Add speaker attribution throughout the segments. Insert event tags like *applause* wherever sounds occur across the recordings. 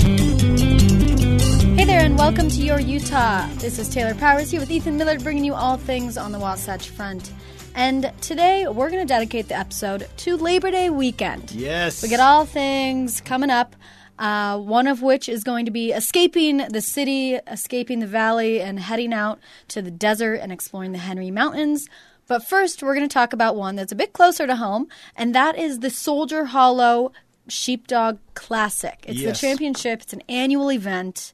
Speaker 1: Hey there, and welcome to Your Utah. This is Taylor Powers here with Ethan Miller, bringing you all things on the Wasatch Front. And today we're going to dedicate the episode to Labor Day weekend.
Speaker 2: Yes.
Speaker 1: We get all things coming up, uh, one of which is going to be escaping the city, escaping the valley, and heading out to the desert and exploring the Henry Mountains. But first, we're going to talk about one that's a bit closer to home, and that is the Soldier Hollow Sheepdog Classic. It's
Speaker 2: Yes.
Speaker 1: the championship, it's an annual event,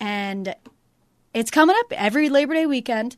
Speaker 1: and it's coming up every Labor Day weekend,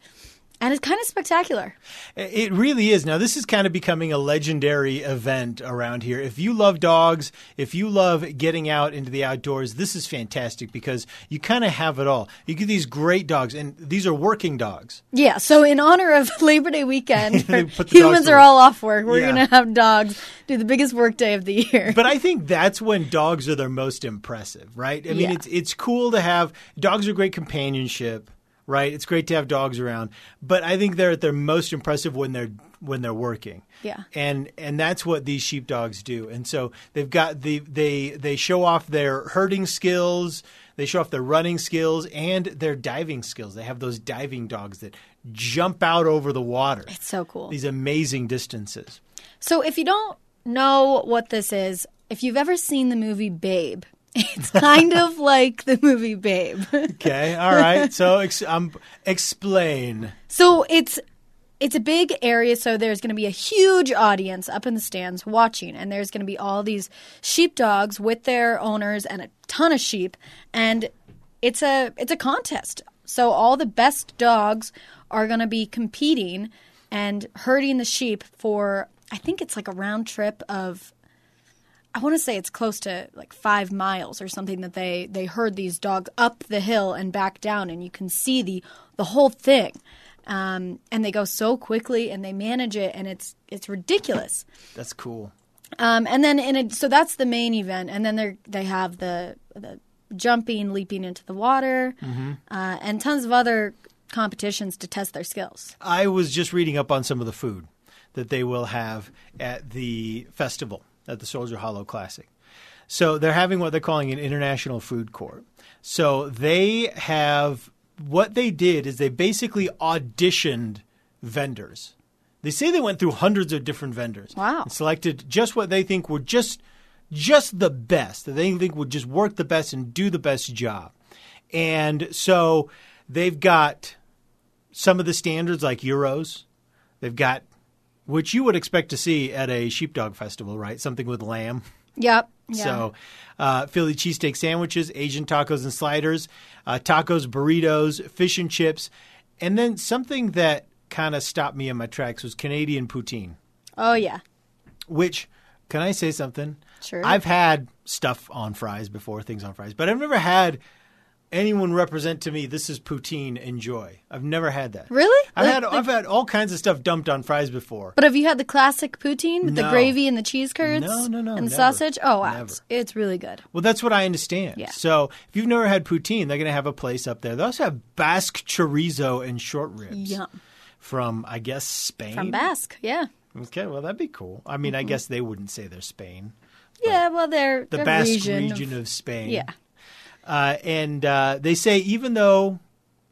Speaker 1: and it's kind of spectacular.
Speaker 2: It really is. Now, this is kind of becoming a legendary event around here. If you love dogs, if you love getting out into the outdoors, this is fantastic because you kind of have it all. You get these great dogs, and these are working dogs.
Speaker 1: Yeah, so in honor of *laughs* Labor Day weekend,
Speaker 2: They *laughs* put the dogs
Speaker 1: humans
Speaker 2: to
Speaker 1: are
Speaker 2: work.
Speaker 1: all off work. We're
Speaker 2: Yeah.
Speaker 1: going to have dogs do the biggest work day of the year.
Speaker 2: *laughs* But I think that's when dogs are their most impressive, right? I mean,
Speaker 1: Yeah.
Speaker 2: it's it's cool to have dogs are great companionship, right? It's great to have dogs around, but I think they're at their most impressive when they're when they're working.
Speaker 1: Yeah.
Speaker 2: And and that's what these sheepdogs do. And so they've got the they they show off their herding skills, they show off their running skills and their diving skills. They have those diving dogs that jump out over the water.
Speaker 1: It's so cool.
Speaker 2: These amazing distances.
Speaker 1: So if you don't know what this is, if you've ever seen the movie Babe, *laughs* it's
Speaker 2: *laughs*
Speaker 1: kind of like the movie Babe. *laughs*
Speaker 2: Okay, all right. So ex- um, explain.
Speaker 1: So it's it's a big area, so there's going to be a huge audience up in the stands watching, and there's going to be all these sheepdogs with their owners and a ton of sheep, and it's a it's a contest. So all the best dogs are going to be competing and herding the sheep for I think it's like a round trip of I want to say it's close to like five miles or something that they they herd these dogs up the hill and back down, and you can see the the whole thing. Um, and they go so quickly, and they manage it, and it's it's ridiculous.
Speaker 2: That's cool.
Speaker 1: Um, and then in a, so that's the main event, and then they they have the the jumping, leaping into the water, uh, and tons of other competitions to test their skills.
Speaker 2: I was just reading up on some of the food that they will have at the festival, at the Soldier Hollow Classic. So they're having what they're calling an international food court. So they have what they did is they basically auditioned vendors. They say they went through hundreds of different vendors.
Speaker 1: Wow.
Speaker 2: And selected just what they think were just just the best that they think would just work the best and do the best job. And so they've got some of the standards like euros. They've got which you would expect to see at a sheepdog festival, right? Something with lamb.
Speaker 1: Yep. Yeah.
Speaker 2: So, uh, Philly cheesesteak sandwiches, Asian tacos and sliders, uh, tacos, burritos, fish and chips, and then something that kind of stopped me in my tracks was Canadian poutine.
Speaker 1: oh yeah.
Speaker 2: Which, can I say something?
Speaker 1: Sure.
Speaker 2: I've had stuff on fries before, things on fries, but I've never had anyone represent to me this is poutine. Enjoy. I've never had that.
Speaker 1: Really?
Speaker 2: I've
Speaker 1: Like-
Speaker 2: had I've had all kinds of stuff dumped on fries before.
Speaker 1: But have you had the classic poutine with
Speaker 2: No.
Speaker 1: the gravy and the cheese curds?
Speaker 2: No, no, no,
Speaker 1: And the
Speaker 2: never.
Speaker 1: sausage? Oh, wow.
Speaker 2: Never.
Speaker 1: It's, it's really good.
Speaker 2: Well, that's what I understand.
Speaker 1: Yeah.
Speaker 2: So if you've never had poutine, they're going to have a place up there. They also have Basque chorizo and short ribs.
Speaker 1: Yum.
Speaker 2: From I guess Spain.
Speaker 1: From Basque, yeah.
Speaker 2: Okay, well that'd be cool. I mean, I guess they wouldn't say they're Spain.
Speaker 1: Yeah, well, they're
Speaker 2: The
Speaker 1: they're
Speaker 2: Basque
Speaker 1: region.
Speaker 2: region,
Speaker 1: of-
Speaker 2: of, Spain.
Speaker 1: yeah.
Speaker 2: Uh, and uh, they say even though,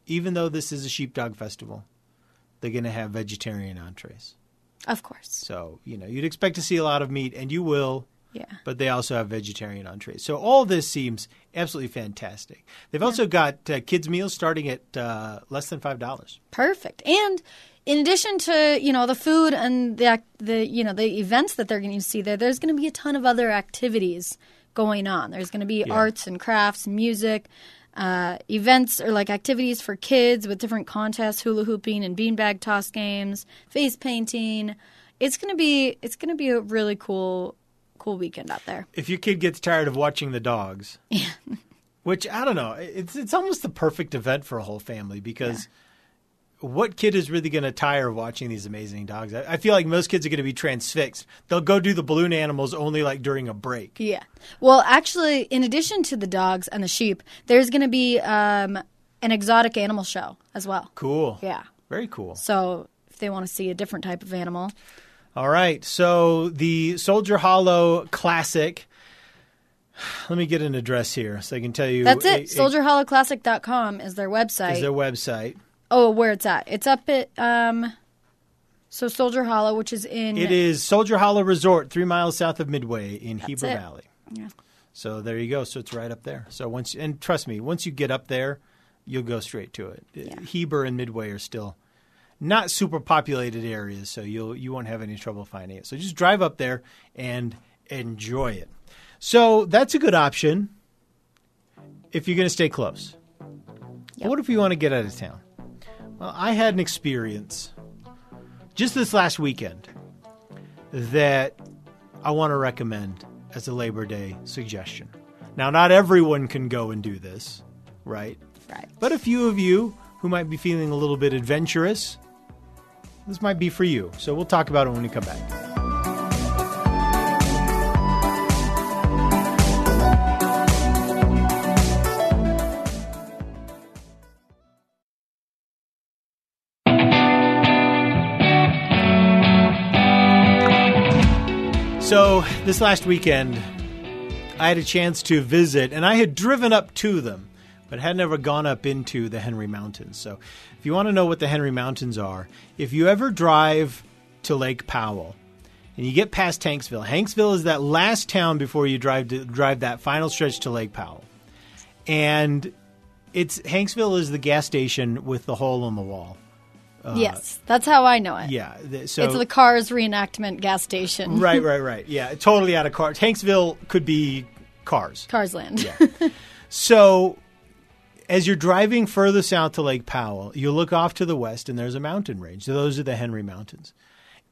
Speaker 2: even though this is a sheepdog festival, they're going to have vegetarian entrees.
Speaker 1: Of course.
Speaker 2: So you know you'd expect to see a lot of meat, and you will.
Speaker 1: Yeah.
Speaker 2: But they also have vegetarian entrees. So all this seems absolutely fantastic. They've also got uh, kids meals starting at uh, less than five dollars.
Speaker 1: Perfect. And in addition to, you know, the food and the ac- the you know, the events that they're going to see there, there's going to be a ton of other activities going on. There's going to be arts and crafts, music, uh, events or like activities for kids with different contests, hula hooping and beanbag toss games, face painting. It's going to be it's going to be a really cool cool weekend out there.
Speaker 2: If your kid gets tired of watching the dogs, which I don't know. It's it's almost the perfect event for a whole family because what kid is really going to tire of watching these amazing dogs? I, I feel like most kids are going to be transfixed. They'll go do the balloon animals only like during a break.
Speaker 1: Yeah. Well, actually, in addition to the dogs and the sheep, there's going to be um, an exotic animal show as well.
Speaker 2: Cool.
Speaker 1: Yeah.
Speaker 2: Very cool.
Speaker 1: So if they want to see a different type of animal,
Speaker 2: All right. So the Soldier Hollow Classic. Let me get an address here so I can tell you.
Speaker 1: that's
Speaker 2: a-
Speaker 1: it. SoldierHollowClassic.com is their website.
Speaker 2: a- is their website.
Speaker 1: oh, where it's at? It's up at um, so Soldier Hollow, which is in
Speaker 2: It is Soldier Hollow Resort, three miles south of Midway in Heber
Speaker 1: it.
Speaker 2: Valley. So there you go. So it's right up there. So once and trust me, once you get up there, you'll go straight to it. Uh, Heber and Midway are still not super populated areas, so you'll you won't have any trouble finding it. So just drive up there and enjoy it. So that's a good option if you're going to stay close. But What if you want to get out of town? Well, I had an experience just this last weekend that I want to recommend as a Labor Day suggestion. Now, not everyone can go and do this, right?
Speaker 1: right.
Speaker 2: But a few of you who might be feeling a little bit adventurous, this might be for you. So we'll talk about it when we come back. So, this last weekend, I had a chance to visit, and I had driven up to them, but had never gone up into the Henry Mountains. So, if you want to know what the Henry Mountains are, if you ever drive to Lake Powell and you get past Hanksville, Hanksville is that last town before you drive to, drive that final stretch to Lake Powell, and it's Hanksville is the gas station with the hole in the wall.
Speaker 1: yes, that's how I know it.
Speaker 2: Uh, Yeah, th- so
Speaker 1: It's
Speaker 2: *laughs*
Speaker 1: the Cars reenactment gas station,
Speaker 2: right, right, right. Yeah, totally out of cars. Hanksville could be cars.
Speaker 1: Cars Land.
Speaker 2: So, as you're driving further south to Lake Powell, you look off to the west and there's a mountain range. So those are the Henry Mountains.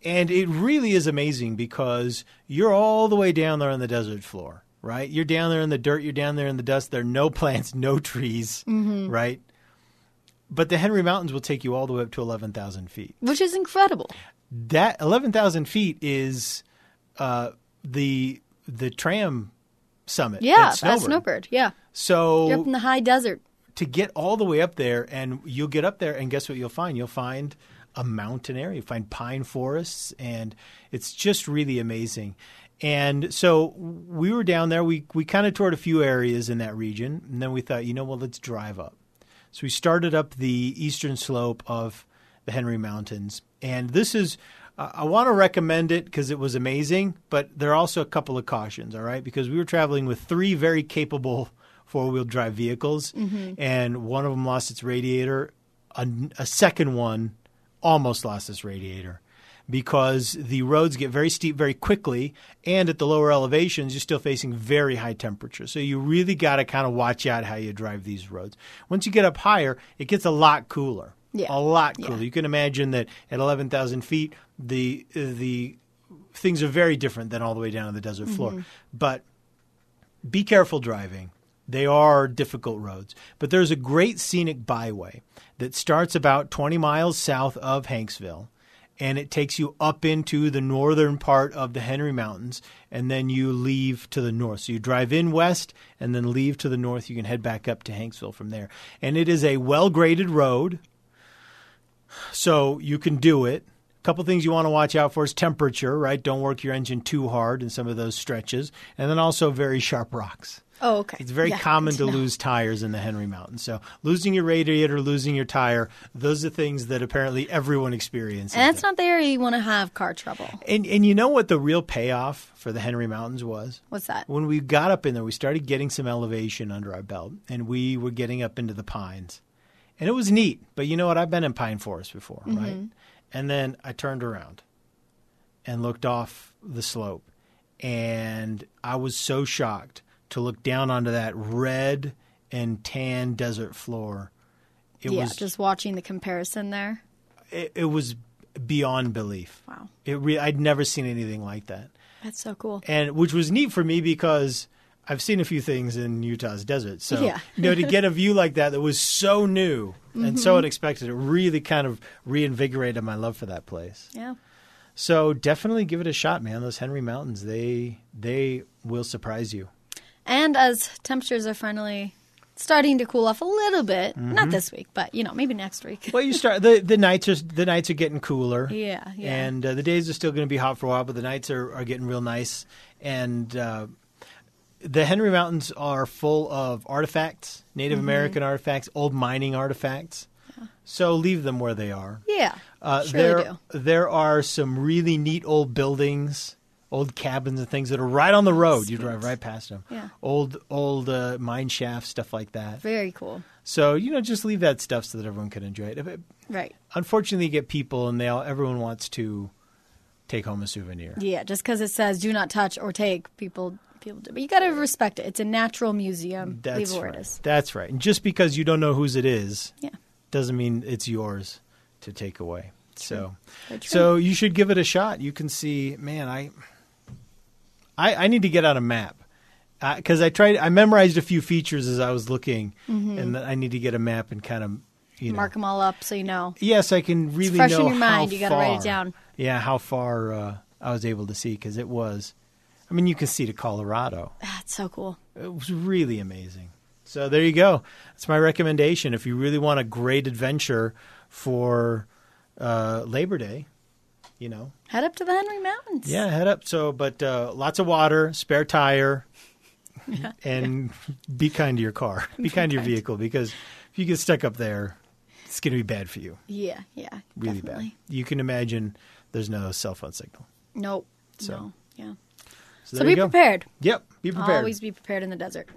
Speaker 2: And it really is amazing because you're all the way down there on the desert floor, right? You're down there in the dirt, you're down there in the dust. There are no *laughs* plants, no trees, right? But the Henry Mountains will take you all the way up to 11,000 feet
Speaker 1: *laughs* which is incredible.
Speaker 2: that 11,000 feet is uh, the the tram summit.
Speaker 1: Yeah,
Speaker 2: at Snowbird.
Speaker 1: that's Snowbird. Yeah, you're up in
Speaker 2: So
Speaker 1: the high desert.
Speaker 2: to get all the way up there, and you'll get up there, and guess what? You'll find you'll find a mountain area. You find pine forests, and it's just really amazing. And so we were down there. We we kind of toured a few areas in that region, and then we thought, you know, well, let's drive up. So we started up the eastern slope of the Henry Mountains, and this is. I I want to recommend it because it was amazing, but there are also a couple of cautions, all right? Because we were traveling with three very capable four wheel drive vehicles, and one of them lost its radiator. A, a second one almost lost its radiator because the roads get very steep very quickly, and at the lower elevations, you're still facing very high temperatures. So you really got to kind of watch out how you drive these roads. Once you get up higher, it gets a lot cooler.
Speaker 1: Yeah.
Speaker 2: A lot cooler. You can imagine that at 11,000 feet, the the things are very different than all the way down on the desert
Speaker 1: Mm-hmm.
Speaker 2: floor. But be careful driving. They are difficult roads, but there's a great scenic byway that starts about 20 miles south of Hanksville and it takes you up into the northern part of the Henry Mountains and then you leave to the north. So you drive in west and then leave to the north. You can head back up to Hanksville from there. And it is a well graded road, so you can do it. A couple things you want to watch out for is temperature, right? Don't work your engine too hard in some of those stretches. And then also very sharp rocks.
Speaker 1: Oh, okay.
Speaker 2: It's very
Speaker 1: Yeah,
Speaker 2: common
Speaker 1: good
Speaker 2: to
Speaker 1: know.
Speaker 2: lose tires in the Henry Mountains. So losing your radiator, losing your tire, those are things that apparently everyone experiences.
Speaker 1: And that's not the area you want to have car trouble.
Speaker 2: and and you know what the real payoff for the Henry Mountains was?
Speaker 1: What's that?
Speaker 2: When we got up in there, we started getting some elevation under our belt, and we were getting up into the pines, and it was neat. But you know what? I've been in pine forest before,
Speaker 1: Mm-hmm.
Speaker 2: right? And then I turned around and looked off the slope, and I was so shocked to look down onto that red and tan desert floor. It
Speaker 1: yeah,
Speaker 2: was
Speaker 1: just watching the comparison there.
Speaker 2: it, it was beyond belief.
Speaker 1: Wow.
Speaker 2: It re- I'd never seen anything like that
Speaker 1: That's so cool.
Speaker 2: and which was neat for me because I've seen a few things in Utah's desert. So,
Speaker 1: Yeah.
Speaker 2: you know, to get a view like that that was so new and
Speaker 1: Mm-hmm.
Speaker 2: so unexpected, it really kind of reinvigorated my love for that place.
Speaker 1: Yeah.
Speaker 2: So, definitely give it a shot, man. Those Henry Mountains, they they will surprise you.
Speaker 1: And as temperatures are finally starting to cool off a little bit,
Speaker 2: Mm-hmm.
Speaker 1: not this week, but you know, maybe next week. *laughs*
Speaker 2: Well, you start the, the nights are the nights are getting cooler.
Speaker 1: Yeah, yeah.
Speaker 2: And uh, the days are still going to be hot for a while, but the nights are, are getting real nice. And uh, the Henry Mountains are full of artifacts, Native
Speaker 1: Mm-hmm.
Speaker 2: American artifacts, old mining artifacts. So leave them where they are.
Speaker 1: Yeah.
Speaker 2: Uh,
Speaker 1: surely
Speaker 2: there
Speaker 1: do.
Speaker 2: there are some really neat old buildings, old cabins and things that are right on the road. You drive right past them.
Speaker 1: Yeah.
Speaker 2: Old old uh, mine shafts, stuff like that.
Speaker 1: Very cool.
Speaker 2: So you know, just leave that stuff so that everyone can enjoy it. If it-
Speaker 1: Right.
Speaker 2: Unfortunately, you get people, and they all, everyone wants to take home a souvenir.
Speaker 1: Yeah, just because it says do not touch or take, people people do. But you got to respect it. It's a natural museum.
Speaker 2: That's
Speaker 1: Leave it where
Speaker 2: right.
Speaker 1: it is.
Speaker 2: That's right. And just because you don't know whose it is,
Speaker 1: Yeah.
Speaker 2: doesn't mean it's yours to take away. So,
Speaker 1: Very true.
Speaker 2: so you should give it a shot. You can see, man, I, I, I need to get out a map because I tried. I memorized a few features as I was looking, and then I need to get a map and kind of, you know,
Speaker 1: Mm-hmm. Mark them all up so you know.
Speaker 2: Yes, I can really
Speaker 1: fresh in
Speaker 2: know
Speaker 1: your
Speaker 2: how
Speaker 1: mind. You gotta write it
Speaker 2: far-
Speaker 1: down.
Speaker 2: Yeah, how far uh, I was able to see because it was. I mean, you can see to Colorado.
Speaker 1: That's Ah, so cool.
Speaker 2: It was really amazing. So there you go. That's my recommendation. If you really want a great adventure for uh, Labor Day, you know,
Speaker 1: Head up to the Henry Mountains.
Speaker 2: yeah, head up. So, but uh, lots of water,
Speaker 1: *laughs*
Speaker 2: spare tire, and be kind to
Speaker 1: *laughs*
Speaker 2: your car. Be kind to your vehicle because if you get stuck up there, it's going to be bad for you
Speaker 1: Yeah, yeah.
Speaker 2: really
Speaker 1: definitely.
Speaker 2: bad. You can imagine there's no cell phone signal.
Speaker 1: Nope.
Speaker 2: So-
Speaker 1: No. Yeah. so
Speaker 2: So, there you
Speaker 1: be
Speaker 2: go.
Speaker 1: prepared.
Speaker 2: Yep, be prepared.
Speaker 1: Always be prepared in the desert.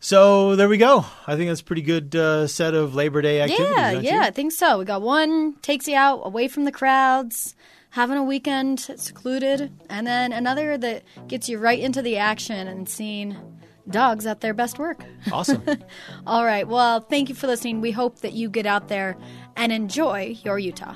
Speaker 2: So there we go. I think that's a pretty good uh, set of Labor Day activities.
Speaker 1: Yeah,
Speaker 2: don't you?
Speaker 1: yeah, I think so. We got one takes you out away from the crowds, having a weekend secluded, and then another that gets you right into the action and seeing dogs at their best work.
Speaker 2: Awesome.
Speaker 1: *laughs* All right, well, thank you for listening. We hope that you get out there and enjoy your Utah.